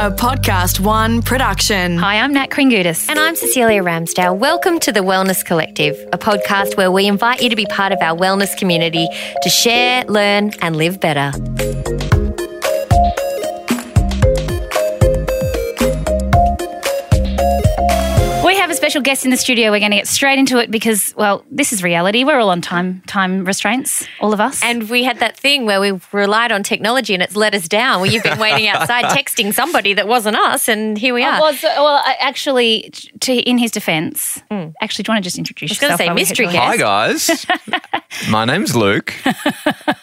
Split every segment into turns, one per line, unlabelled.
A Podcast One production.
Hi, I'm Nat Kringudis.
And I'm Cecilia Ramsdale. Welcome to The Wellness Collective, a podcast where we invite you to be part of our wellness community to share, learn, and live better.
We have a special guest in the studio. We're going to get straight into it because, well, this is reality. We're all on time time restraints, all of us.
And we had that thing where we relied on technology and it's let us down. Well, you've been waiting outside texting somebody that wasn't us, and here we
I
are.
was Oh, well, I- actually, to in his defence, actually, do you want to just introduce
Hmm. gonna
yourself?
say
while we hit
mystery
the-
guest.
Hi guys, my name's Luke,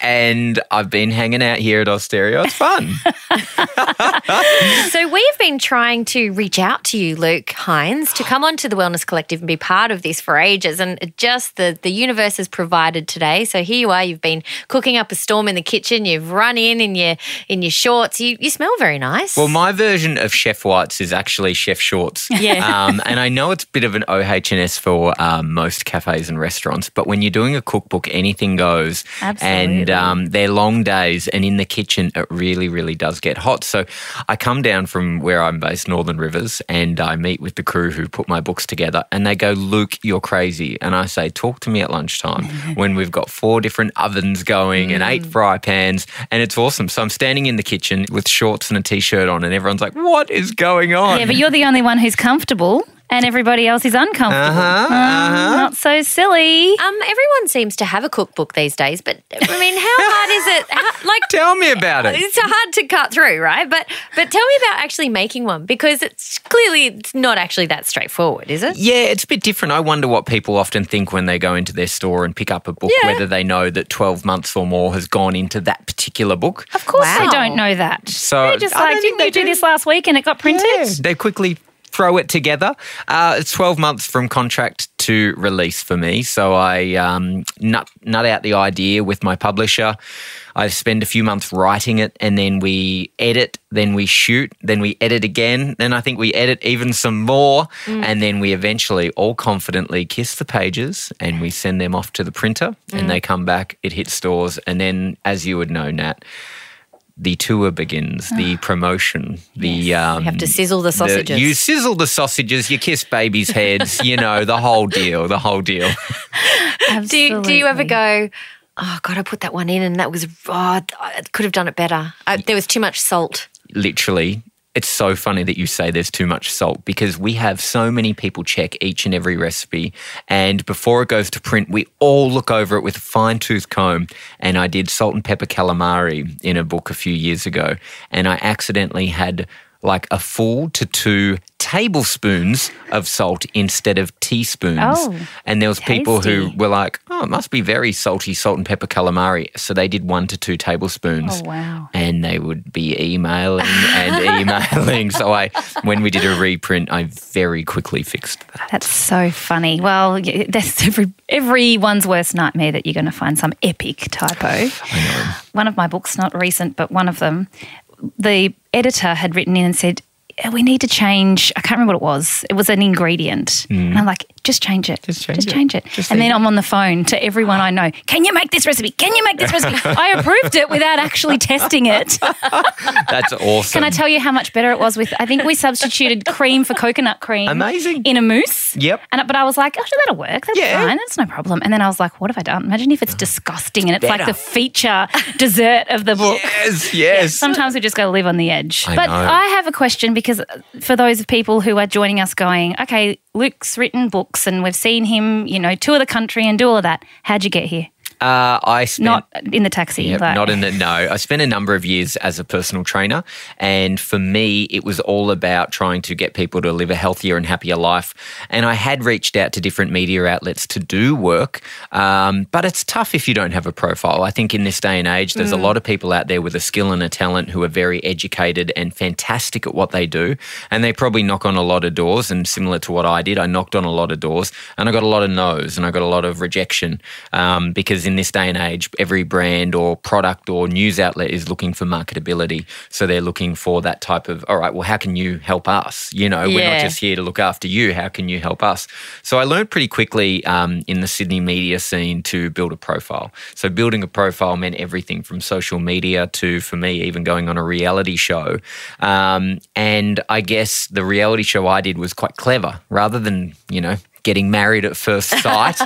and I've been hanging out here at Austereo. It's fun.
So we've been trying to reach out to you, Luke Hines, to come onto the Wellness Collective and be part of this for ages. And just the the universe has provided today. So here you are. You've been cooking up a storm in the kitchen. You've run in in your in your shorts. You you smell very nice.
Well, my version of Chef Whites is actually Chef Shorts.
Yeah.
Um, and I know it's a bit of an OHS for um, most cafes and restaurants, but when you're doing a cookbook, anything goes. And
Absolutely.
um, they're long days, and in the kitchen, it really, really does get hot. So I come down from where I'm based, Northern Rivers, and I meet with the crew who put my books together, and they go, Luke, you're crazy. And I say, Talk to me at lunchtime when we've got four different ovens going and
Mm.
eight fry pans, and it's awesome. So I'm standing in the kitchen with shorts and a t shirt on, and everyone's like, What is going on?
Yeah, but you're the only one who's comfortable, and everybody else is uncomfortable.
Uh-huh,
Mm, Not so silly.
um, everyone seems to have a cookbook these days, but I mean, how hard is it? How, like,
Tell me about it.
it's hard to cut through, right? But but tell me about actually making one because it's clearly it's not actually that straightforward, is it?
Yeah, it's a bit different. I wonder what people often think when they go into their store and pick up a book,
Yeah.
whether they know that 12 months or more has gone into that particular book.
Of course,
Wow.
they don't know that.
So-
they're just
I don't
like,
think
didn't
they
you do
do.
this last week and it got printed?
They quickly throw it together. Uh, it's 12 months from contract to release for me. So I um, nut, nut out the idea with my publisher. I spend a few months writing it and then we edit, then we shoot, then we edit again. Then I think we edit even some more.
Mm.
And then we eventually all confidently kiss the pages and we send them off to the printer
Mm.
and they come back, it hits stores. And then, as you would know, Nat, the tour begins, the promotion, the um,
Ah. You have to sizzle the sausages.
you sizzle the sausages, you kiss babies' heads, you know the whole deal, the whole deal.
Do you, do you ever
Absolutely.
go, oh God, I put that one in and that was, oh, I could have done it better. I, there was too much salt.
Literally, it's so funny that you say there's too much salt because we have so many people check each and every recipe, and before it goes to print, we all look over it with a fine tooth comb. And I did salt and pepper calamari in a book a few years ago, and I accidentally had like a full to two tablespoons of salt instead of teaspoons.
Oh,
and there was people who
tasty.
were like, "Oh, it must be very salty salt and pepper calamari." So they did one to two tablespoons.
Oh, wow.
And they would be emailing and emailing. So I, when we did a reprint, I very quickly fixed that.
That's so funny. Well, y- that's every, everyone's worst nightmare that you're going to find some epic typo. One of my books, not recent, but one of them, the editor had written in and said, "Yeah, we need to change. I can't remember what it was. It was an ingredient. And I'm like, just change it. Mm. Just change, it. and then I'm on the phone to everyone I know. Can you make this recipe? Can you make this recipe? I approved it without actually testing it.
That's awesome.
Can I tell you how much better it was with? I think we substituted cream for coconut cream.
Amazing.
In a mousse.
Yep.
And but I was like, oh, sure, that'll work. That's
Yeah.
fine. That's no problem. And then I was like, what have I done? Imagine if it's disgusting and it's like
better.
the feature dessert of the book.
Yes, yes.
Sometimes we just got to live on the edge.
I
but
know.
I have a question because uh, for those of people who are joining us going, okay, Luke's written books and we've seen him, you know, tour the country and do all of that. How'd you get here?
Uh, I spent
Not in the taxi.
Yep,
but-
not in the no. I spent a number of years as a personal trainer, and for me, it was all about trying to get people to live a healthier and happier life. And I had reached out to different media outlets to do work, um, but it's tough if you don't have a profile. I think in this day and age, there's a lot of people out there with a skill and a talent who are very educated and fantastic at what they do, and they probably knock on a lot of doors. And similar to what I did, I knocked on a lot of doors, and I got a lot of no's, and I got a lot of rejection um, because because in this day and age, every brand or product or news outlet is looking for marketability. So they're looking for that type of, all right, well, how can you help us? You know, we're not
Yeah.
just here to look after you. How can you help us? So I learned pretty quickly um, in the Sydney media scene to build a profile. So building a profile meant everything from social media to, for me, even going on a reality show. Um, and I guess the reality show I did was quite clever rather than, you know, getting married at first sight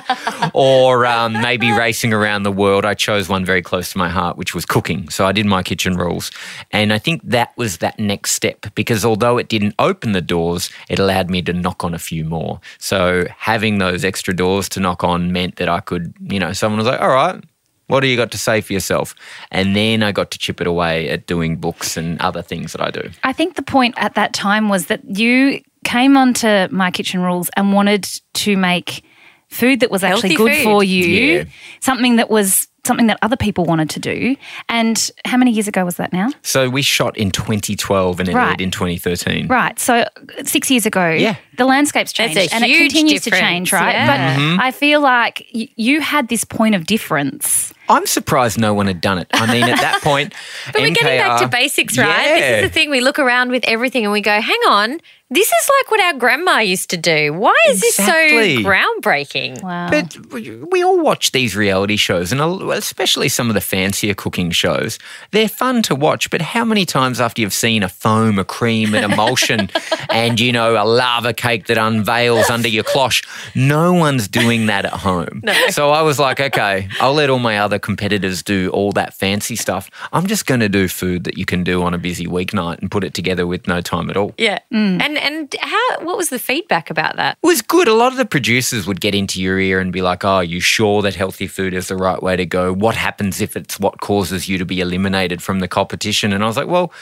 or um, maybe racing around the world. I chose one very close to my heart, which was cooking. So I did my kitchen rules. And I think that was that next step because although it didn't open the doors, it allowed me to knock on a few more. So having those extra doors to knock on meant that I could, you know, someone was like, all right. What do you got to say for yourself? And then I got to chip it away at doing books and other things that I do.
I think the point at that time was that you came onto My Kitchen Rules and wanted to make food that was actually
Healthy
good
food.
for you,
Yeah.
something that was something that other people wanted to do. And how many years ago was that now?
So we shot in 2012 and it
Right.
aired in 2013.
Right. So six years ago,
Yeah.
the landscape's
That's
changed
a
and it
huge
continues to
difference,
change, right?
yeah.
But
Mm-hmm.
I feel like y- you had this point of difference.
I'm surprised no one had done it. I mean, at that point,
But we're getting back to basics, right? This is the thing. We look around with everything and we go, hang on, this is like what our grandma used to do. Why is
Exactly.
this so groundbreaking?
Wow.
But we- we all watch these reality shows, and a- especially some of the fancier cooking shows. They're fun to watch, but how many times after you've seen a foam, a cream, an emulsion, and you know a lava cake that unveils under your cloche, no one's doing that at home. So I was like, okay, I'll let all my other competitors do all that fancy stuff. I'm just going to do food that you can do on a busy weeknight and put it together with no time at all.
Yeah.
Mm.
And and how what was the feedback about that?
It was good. A lot of the producers would get into your ear and be like, "Oh, are you sure that healthy food is the right way to go? What happens if it's what causes you to be eliminated from the competition?" And I was like, "Well,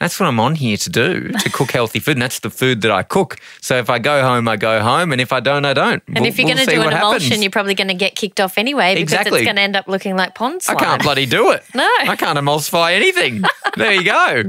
that's what I'm on here to do, to cook healthy food, and that's the food that I cook. So if I go home, I go home, and if I don't, I don't.
And if you're going to do an emulsion, you're probably going to get kicked off anyway because
Exactly.
it's going to end up looking like pond
I
slime.
can't bloody do it.
No.
I can't emulsify anything. There you go.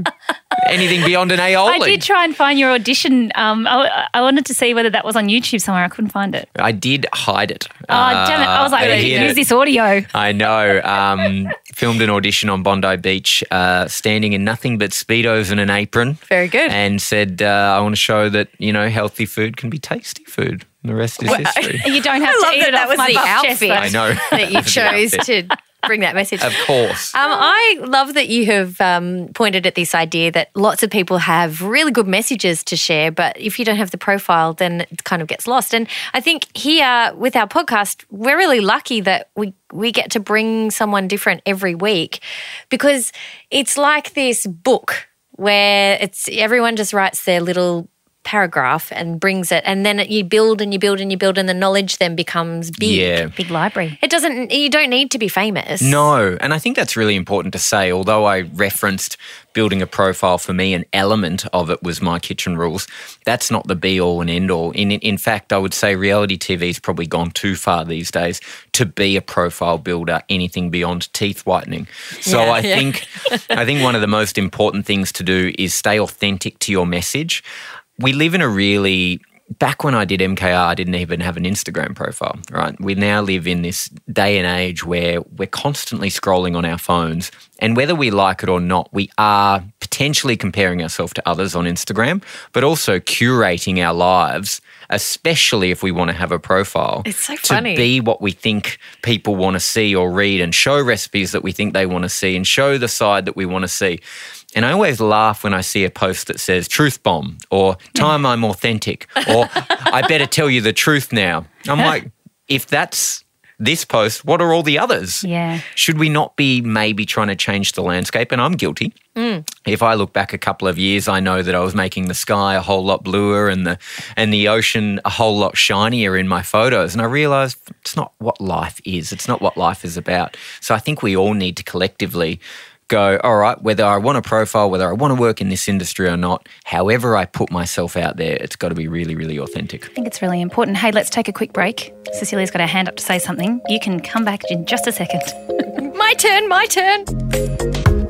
Anything beyond an aioli.
I did try and find your audition. Um, I, I wanted to see whether that was on YouTube somewhere. I couldn't find it.
I did hide it.
Oh, damn it. I was like,
I
I
hid
use
it.
this audio.
I know. Um, filmed an audition on Bondi Beach, uh, standing in nothing but speedos and an apron.
Very good.
And said, uh, "I want to show that you know healthy food can be tasty food." And the rest is history.
You don't have
I
to
love
eat
that
it
that
off
was
my
the
buff chest,
outfit.
but-
I know
that you chose to bring that message.
Of course.
Um, I love that you have um, pointed at this idea that lots of people have really good messages to share, but if you don't have the profile, then it kind of gets lost. And I think here with our podcast, we're really lucky that we we get to bring someone different every week because it's like this book where it's everyone just writes their little paragraph and brings it and then you build and you build and you build and the knowledge then becomes big.
yeah.
Big library.
It doesn't you don't need to be famous.
No, and I think that's really important to say. Although I referenced building a profile for me, an element of it was my kitchen rules. That's not the be all and end all. In in fact, I would say reality TV's probably gone too far these days to be a profile builder. Anything beyond teeth whitening. So
Yeah,
I
yeah.
think I think one of the most important things to do is stay authentic to your message. We live in a really back when I did MKR, I didn't even have an Instagram profile, right? We now live in this day and age where we're constantly scrolling on our phones. And whether we like it or not, we are potentially comparing ourselves to others on Instagram, but also curating our lives, especially if we want to have a profile.
It's so
to
funny.
be be what we think people want to see or read and show recipes that we think they want to see and show the side that we want to see. And I always laugh when I see a post that says truth bomb or time I'm authentic or I better tell you the truth now. I'm like, if that's this post, what are all the others?
Yeah.
Should we not be maybe trying to change the landscape? And I'm guilty. If I look back a couple of years, I know that I was making the sky a whole lot bluer and the and the ocean a whole lot shinier in my photos. And I realized it's not what life is. It's not what life is about. So I think we all need to collectively go, all right, whether I want a profile, whether I want to work in this industry or not, however I put myself out there, it's got to be really, really authentic.
I think it's really important. Hey, let's take a quick break. Cecilia's got her hand up to say something. You can come back in just a second.
My turn, my turn.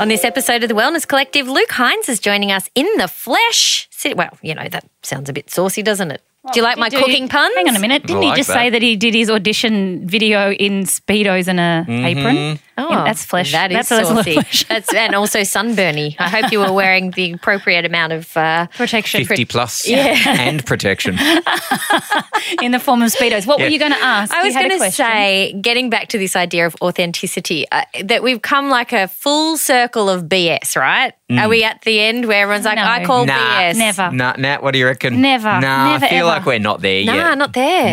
On this episode of The Wellness Collective, Luke Hines is joining us in the flesh. Sit- Well, you know, that sounds a bit saucy, doesn't it? Do you like my
Did you-
cooking puns?
Hang on a minute. Didn't
like
he just
that.
say that he did his audition video in Speedos and a
Mm-hmm.
apron?
Oh,
Yeah, that's flesh.
That is
that's a little
saucy.
flesh.
That's and also sunburny. I hope you were wearing the appropriate amount of uh,
Protection
50 plus and protection.
in the form of Speedos. What were
Yeah.
you going to ask?
I
You
was
had a
going to
question.
say, getting back to this idea of authenticity, uh, that we've come like a full circle of BS, right? Are we at the end where everyone's like,
Mm. No.
I call
Nah.
BS?
Never.
Nah, Nat, what do you reckon?
Never.
Nah,
Never,
I feel
ever.
like we're not there
Nah,
yet.
not there.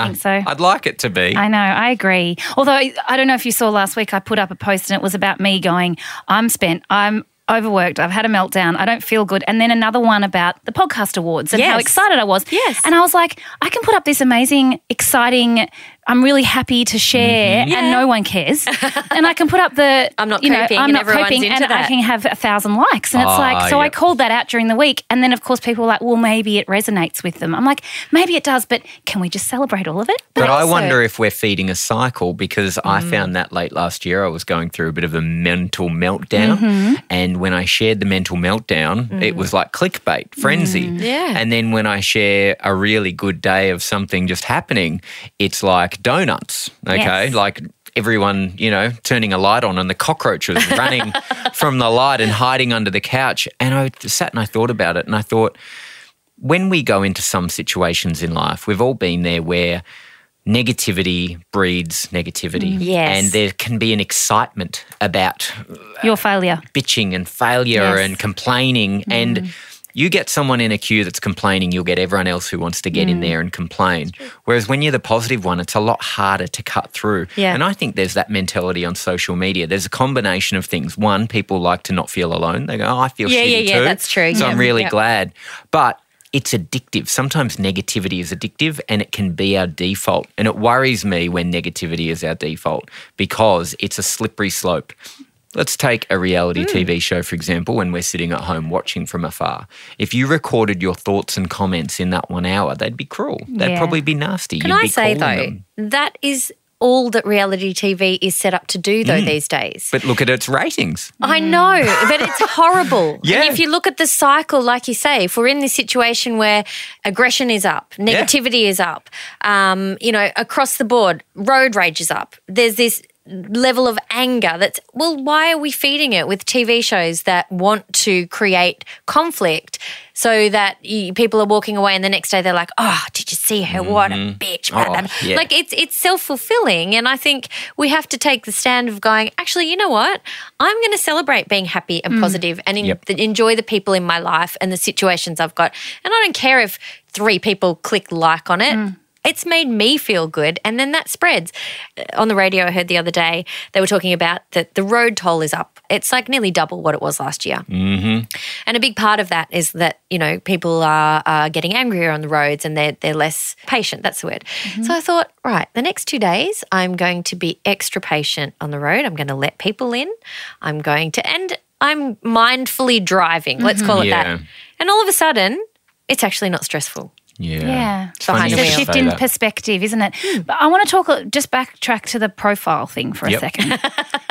I don't think so.
I'd like it to be.
I know, I agree. Although I don't know if you saw last week, I put up a post and it was about me going, I'm spent, I'm overworked, I've had a meltdown, I don't feel good. And then another one about the podcast awards and how
Yes.
excited I was.
Yes.
And I was like, I can put up this amazing, exciting, I'm really happy to share, and no one cares. and I can put up the,
Mm-hmm. I'm not
you know,
coping
I'm
and
not
everyone's
coping, and
into
I
that.
can have a thousand likes. And it's
Ah,
like, so I
yep.
called that out during the week. And then, of course, people were like, well, maybe it resonates with them. I'm like, maybe it does, but can we just celebrate all of it?
But I
also-
wonder if we're feeding a cycle because I found that late last year I was going through a bit of a mental meltdown. And when I shared the mental meltdown, it was like clickbait, frenzy.
Yeah.
And then when I share a really good day of something just happening, it's like donuts. Okay.
Yes.
Like everyone, you know, turning a light on and the cockroaches running from the light and hiding under the couch. And I sat and I thought about it and I thought, when we go into some situations in life, we've all been there where negativity breeds negativity.
Yes.
And there can be an excitement about
Your failure.
bitching and failure
Yes.
and complaining.
Mm.
And you get someone in a queue that's complaining, you'll get everyone else who wants to get
Mm.
in there and complain. Whereas when you're the positive one, it's a lot harder to cut through.
Yeah.
And I think there's that mentality on social media. There's a combination of things. One, people like to not feel alone. They go, oh, I feel
Yeah,
shitty
yeah, yeah,
too.
that's true.
So
Yeah.
I'm really
Yeah.
glad. But it's addictive. Sometimes negativity is addictive and it can be our default. And it worries me when negativity is our default because it's a slippery slope. Let's take a
Hmm.
reality TV show, for example, when we're sitting at home watching from afar. If you recorded your thoughts and comments in that one hour, they'd be cruel. They'd
Yeah.
probably be nasty.
Can
You'd
I
be
say,
calling
though,
them.
that is all that reality TV is set up to do, though,
Mm.
these days.
But look at its ratings.
I know, but it's horrible.
Mm. Yeah.
And if you look at the cycle, like you say, if we're in this situation where aggression is up, negativity is up, um, you know, across the board, road rage is up, there's this level of anger that's, well, why are we feeding it with TV shows that want to create conflict? So that y people are walking away, and the next day they're like, "Oh, did you see her? What a bitch!"
Oh, yeah.
Like it's it's self fulfilling, and I think we have to take the stand of going. Actually, you know what? I'm going to celebrate being happy and positive and en-
Yep.
th- enjoy the people in my life and the situations I've got. And I don't care if three people click like on it. It's made me feel good, and then that spreads. Uh, On the radio, I heard the other day they were talking about that the road toll is up. It's like nearly double what it was last year. And a big part of that is that you know people are, are getting angrier on the roads and they're they're less patient. That's the word. So I thought, right, the next two days I'm going to be extra patient on the road. I'm going to let people in. I'm going to and I'm mindfully driving. Let's call it
Yeah.
that. And all of a sudden, it's actually not stressful.
Yeah.
Yeah.
It's
Behind
funny
It's
you
a
the wheel.
should
shift
say
in
that.
perspective, isn't it? But I want to talk, just backtrack to the profile thing for a
Yep.
second,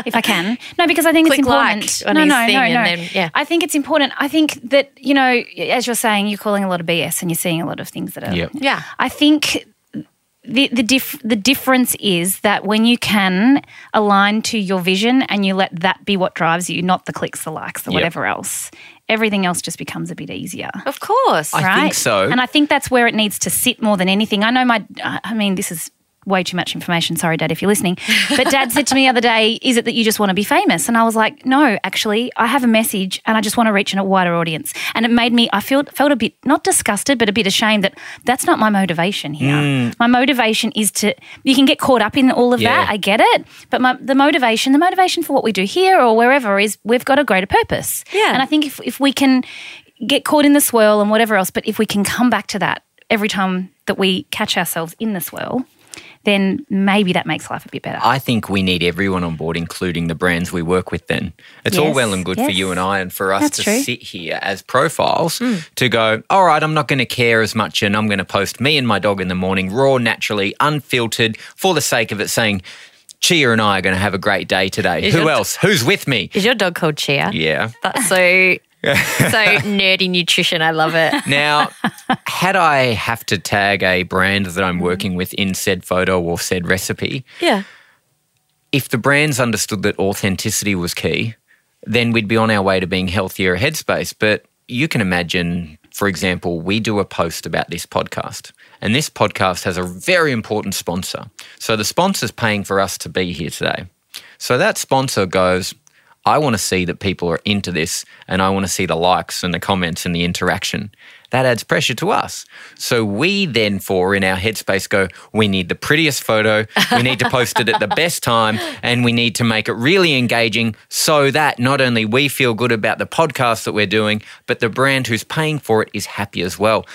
if I can. No, because I think it's
Click like
important.
on
no,
his
no,
thing
no,
and
no.
then- yeah.
I think it's important. I think that, you know, as you're saying, you're calling a lot of BS and you're seeing a lot of things that are.
Yep.
Yeah.
I think the the dif- the difference is that when you can align to your vision and you let that be what drives you, not the clicks, the likes, the
Yep.
whatever else, everything else just becomes a bit easier.
Of course.
I
right?
think so.
And I think that's where it needs to sit more than anything. I know my, I mean, this is way too much information. Sorry, Dad, if you're listening. But Dad said to me the other day, Is it that you just want to be famous? And I was like, No, actually, I have a message and I just want to reach a wider audience. And it made me, I felt, felt a bit, not disgusted, but a bit ashamed that that's not my motivation here. My motivation is to, you can get caught up in all of
Mm. Yeah.
that. I get it. But my, the motivation, the motivation for what we do here or wherever is we've got a greater purpose.
Yeah.
And I think if, if we can get caught in the swirl and whatever else, but if we can come back to that every time that we catch ourselves in the swirl, then maybe that makes life a bit better.
I think we need everyone on board, including the brands we work with. Then it's all
Yes,
well and good for you
yes.
and I, and for us
That's
to
true. Mm.
sit here as profiles to go. All right, I'm not going to care as much, and I'm going to post me and my dog in the morning, raw, naturally, unfiltered, for the sake of it, saying. Chia and I are going to have a great day today.
Is
Who
your-
else? Who's with me?
Is your dog called Chia?
Yeah.
That's so so nerdy nutrition. I love it.
Now, had I have to tag a brand that I'm working with in said photo or said recipe,
Yeah.
if the brands understood that authenticity was key, then we'd be on our way to being healthier headspace. But you can imagine, for example, we do a post about this podcast, and this podcast has a very important sponsor. So the sponsor's paying for us to be here today. So that sponsor goes, I want to see that people are into this, and I want to see the likes and the comments and the interaction. That adds pressure to us. So we then, for in our headspace, go, we need the prettiest photo, we need to post it at the best time, and we need to make it really engaging so that not only we feel good about the podcast that we're doing, but the brand who's paying for it is happy as well.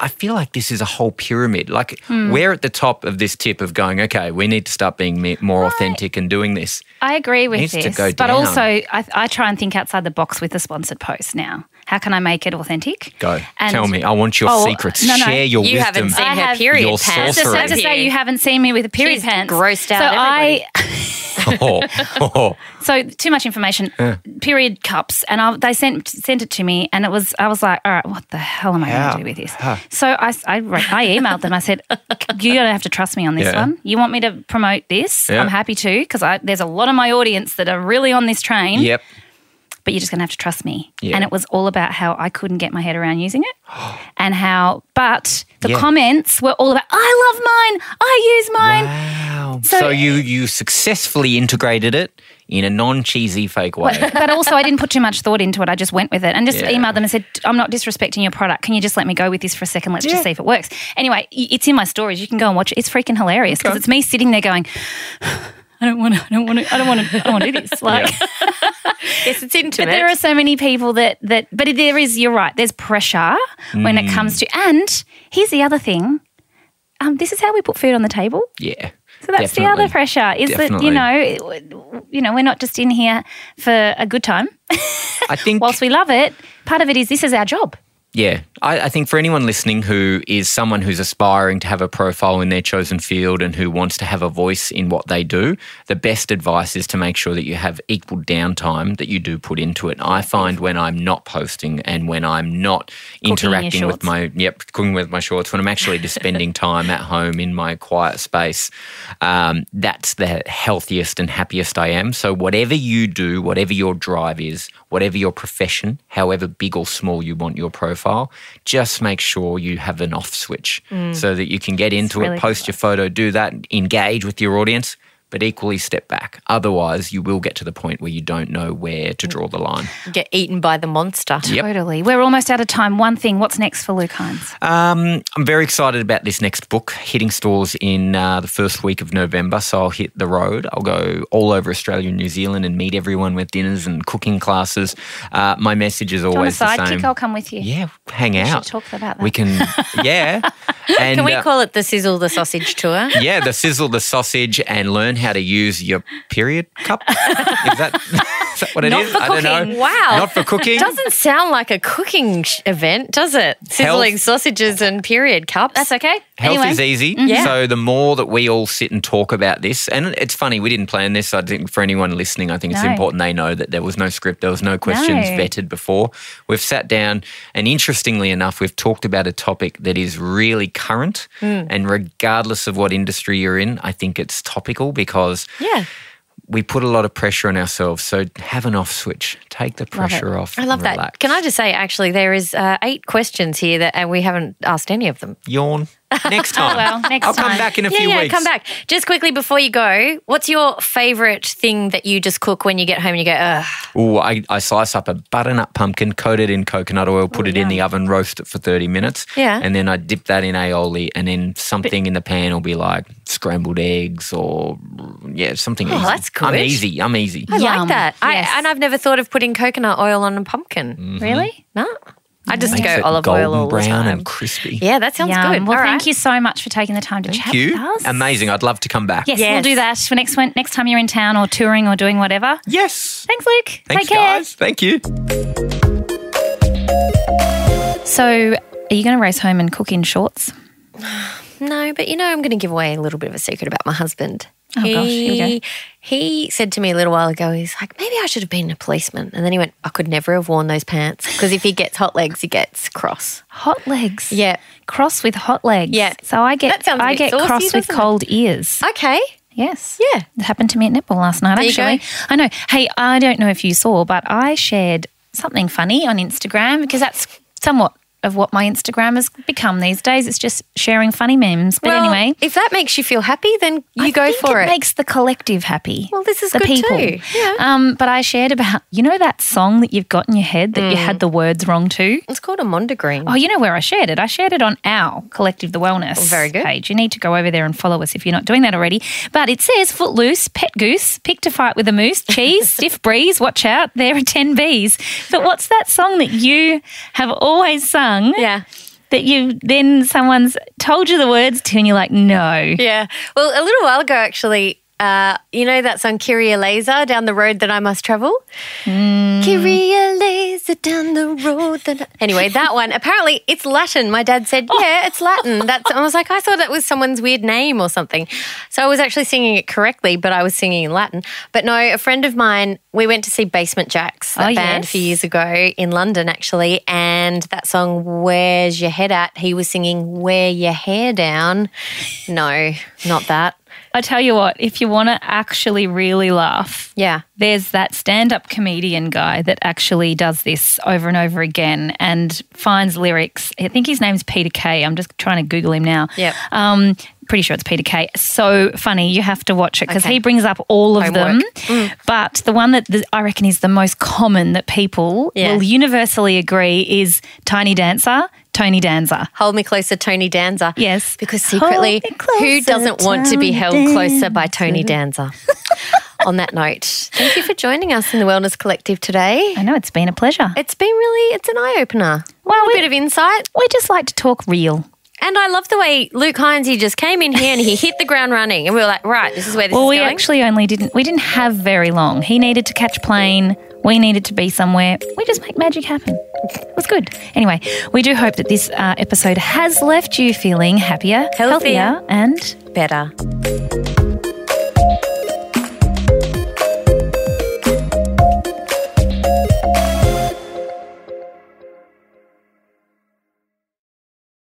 I feel like this is a whole pyramid. Like we're at the top of this tip of going, okay, we need to start being me- more authentic and doing this.
I agree with
Needs to
this,
go
but
down.
also I, I try and think outside the box with the sponsored post now. How can I make it authentic?
Go.
And-
Tell me. I want your
Oh,
secrets.
no, no.
Share your
You
wisdom.
haven't seen
I
her
have-
period
Your
I was
pants.
just about to
sorcery.
say you haven't seen me with a period
She's
pants.
grossed out
So
everybody.
I,
Oh, oh.
so too much information. Period cups, and I, they sent sent it to me, and it was I was like, all right, what the hell am I
How?
going to do with this? So I s- I, wrote- I emailed them. I said, you're going to have to trust me on this
Yeah.
one. You want me to promote this?
Yeah.
I'm happy to because there's a lot of my audience that are really on this train.
Yep.
but you're just going to have to trust me.
Yeah.
And it was all about how I couldn't get my head around using it and how, but the
Yeah.
comments were all about, I love mine, I use mine.
Wow. So,
So-
you you successfully integrated it in a non cheesy fake way.
But also, I didn't put too much thought into it. I just went with it and just
Yeah.
emailed them and said, I'm not disrespecting your product. Can you just let me go with this for a second? Let's just see if it works. Anyway, y- it's in my stories. You can go and watch it. It's freaking hilarious because it's me sitting there going, I don't want to, I don't want to, I don't want to, I don't want to do this. Like,
Yes, it's intimate.
But there are so many people that that. But there is. You're right. There's pressure when it comes to. And here's the other thing. Um, this is how we put food on the table.
yeah.
So that's the other pressure. Is that you know, it- you know, we're not just in here for a good time.
I think
Whilst we love it, part of it is this is our job.
Yeah. I, I think for anyone listening who is someone who's aspiring to have a profile in their chosen field and who wants to have a voice in what they do, the best advice is to make sure that you have equal downtime that you do put into it. I find when I'm not posting and when I'm not
your
interacting with
shorts.
my yep, cooking with my shorts, when I'm actually just spending time at home in my quiet space, um, that's the healthiest and happiest I am. So whatever you do, whatever your drive is, whatever your profession, however big or small you want your profile, just make sure you have an off switch so that you can get into
Mm. really
it,
good
post your photo, do that, engage with your audience. But equally step back. Otherwise, you will get to the point where you don't know where to draw the line.
Get eaten by the monster.
Yep.
Totally. We're almost out of time. One thing. What's next for Luke Hines?
Um, I'm very excited about this next book hitting stores in uh, the first week of November. So I'll hit the road. I'll go all over Australia and New Zealand and meet everyone with dinners and cooking classes. Uh, my message is
On a
always the
sidekick,
same.
I'll come with you.
yeah, hang
should
out.
talk about
We
that.
can, yeah. And,
Can we
uh,
call it the sizzle the sausage tour?
yeah, the sizzle, the sausage, and learn how to use your period cup. Is that, is that what it is?
Not for
I don't know.
cooking.
Wow.
Not for cooking.
Doesn't sound like a cooking sh- event, does it? Sizzling
Health-
sausages and period cups.
That's okay.
Health
anyway,
is easy.
Mm-hmm. Yeah.
So the more that we all sit and talk about this, and it's funny, we didn't plan this. I think for anyone listening, I think it's
No.
important they know that there was no script, there was no questions
No.
vetted before. We've sat down, and interestingly enough, we've talked about a topic that is really current.
Mm.
And regardless of what industry you're in, I think it's topical because
Yeah.
we put a lot of pressure on ourselves. So have an off switch, take the pressure off.
I love
and
that.
relax.
Can I just say, actually, there is uh, eight questions here that, and we haven't asked any of them.
yawn next time?
well, next
I'll come
time.
back in a
yeah,
few
yeah,
weeks.
come back. Just quickly before you go, what's your favorite thing that you just cook when you get home and you go, ugh?
Ooh, I, I slice up a butternut pumpkin, coat it in coconut oil, put it in the oven, roast it for 30 minutes.
Yeah.
And then I dip that in aioli, and then something in the pan will be like scrambled eggs or, yeah, something easy.
Oh, that's
I'm
good.
easy. I'm easy.
I
Yum.
like that.
Yes.
I, and I've never thought of putting coconut oil on a pumpkin.
Really?
Mm-hmm.
No. I just
Mm. Makes
go
it
olive
golden
oil all
brown
the time.
and crispy.
Yeah, that sounds
Yum.
good.
Well,
All
thank
right.
you so much for taking the time to chat
Thank you.
with us.
Amazing. I'd love to come back.
Yes, we'll
Yes.
do that for next one, next time you're in town or touring or doing whatever.
Yes.
Thanks, Luke.
Thanks,
Take care.
guys. Thank you.
So, are you going to race home and cook in shorts?
No, but you know, I'm going to give away a little bit of a secret about my husband.
Oh, gosh, here we go.
He said to me a little while ago, he's like, maybe I should have been a policeman. And then he went, I could never have worn those pants because if he gets hot legs, he gets cross.
Hot legs.
Yeah.
Cross with hot legs.
Yeah.
So I get
That sounds a
I
bit
get
saucy,
cross with
doesn't it?
cold ears.
Okay.
Yes.
Yeah.
It happened to me at netball last night,
you
actually.
go.
I know. Hey, I don't know if you saw, but I shared something funny on Instagram because that's somewhat of what my Instagram has become these days. It's just sharing funny memes. But
Well,
anyway,
if that makes you feel happy, then you
I
go
think
for it.
makes the collective happy.
Well, this is
the
good
people.
too. Yeah.
Um, but I shared about you know that song that you've got in your head that you had the words wrong to.
it's called a mondegreen.
Oh, you know where I shared it? I shared it on our Collective the Wellness
Oh, very good.
page. You need to go over there and follow us if you're not doing that already. But it says footloose, pet goose, picked a fight with a moose, cheese, stiff breeze, watch out, there are 10 bees. But what's that song that you have always sung
Yeah.
that you then someone's told you the words to and you're like, no.
Yeah. Well, a little while ago, actually, uh, you know that song Kyria Laser down the road that I must travel? Mm. Kyria Laser down the road that I... Oh. Anyway, that one, apparently it's Latin. My dad said, yeah, it's Latin. That's, I was like, I thought that was someone's weird name or something. So I was actually singing it correctly, but I was singing in Latin. But no, a friend of mine, we went to see Basement Jacks, that
Oh,
band,
yes.
for years ago in London, actually. And that song, Where's Your Head At? He was singing, Wear Your Hair Down. No, not that.
I tell you what, if you want to actually really laugh,
Yeah.
there's that stand up comedian guy that actually does this over and over again and finds lyrics. I think his name's Peter Kay. I'm just trying to Google him now.
Yep.
Um, pretty sure it's Peter Kay. So funny. You have to watch it because
Okay.
he brings up all of them.
Homework. Mm.
But the one that the, I reckon is the most common that people
Yeah.
will universally agree is Tiny Dancer, Tony Danza.
Hold Me Closer, Tony Danza.
Yes.
Because
Hold me
secretly, who
closer,
doesn't want to
Tony
be held closer by Tony Danza? On that note, thank you for joining us in the Wellness Collective today.
I know it's been a pleasure.
It's been really, it's an eye opener.
Well,
a
we-
bit of insight.
we just like to talk real.
And I love the way Luke Hines, he just came in here and he hit the ground running. And we were like, right, this is where this
Well,
is
we
going.
actually only didn't. We didn't have very long. He needed to catch plane. We needed to be somewhere. We just make magic happen. It was good. Anyway, we do hope that this uh, episode has left you feeling happier,
Healthier.
healthier and
Better.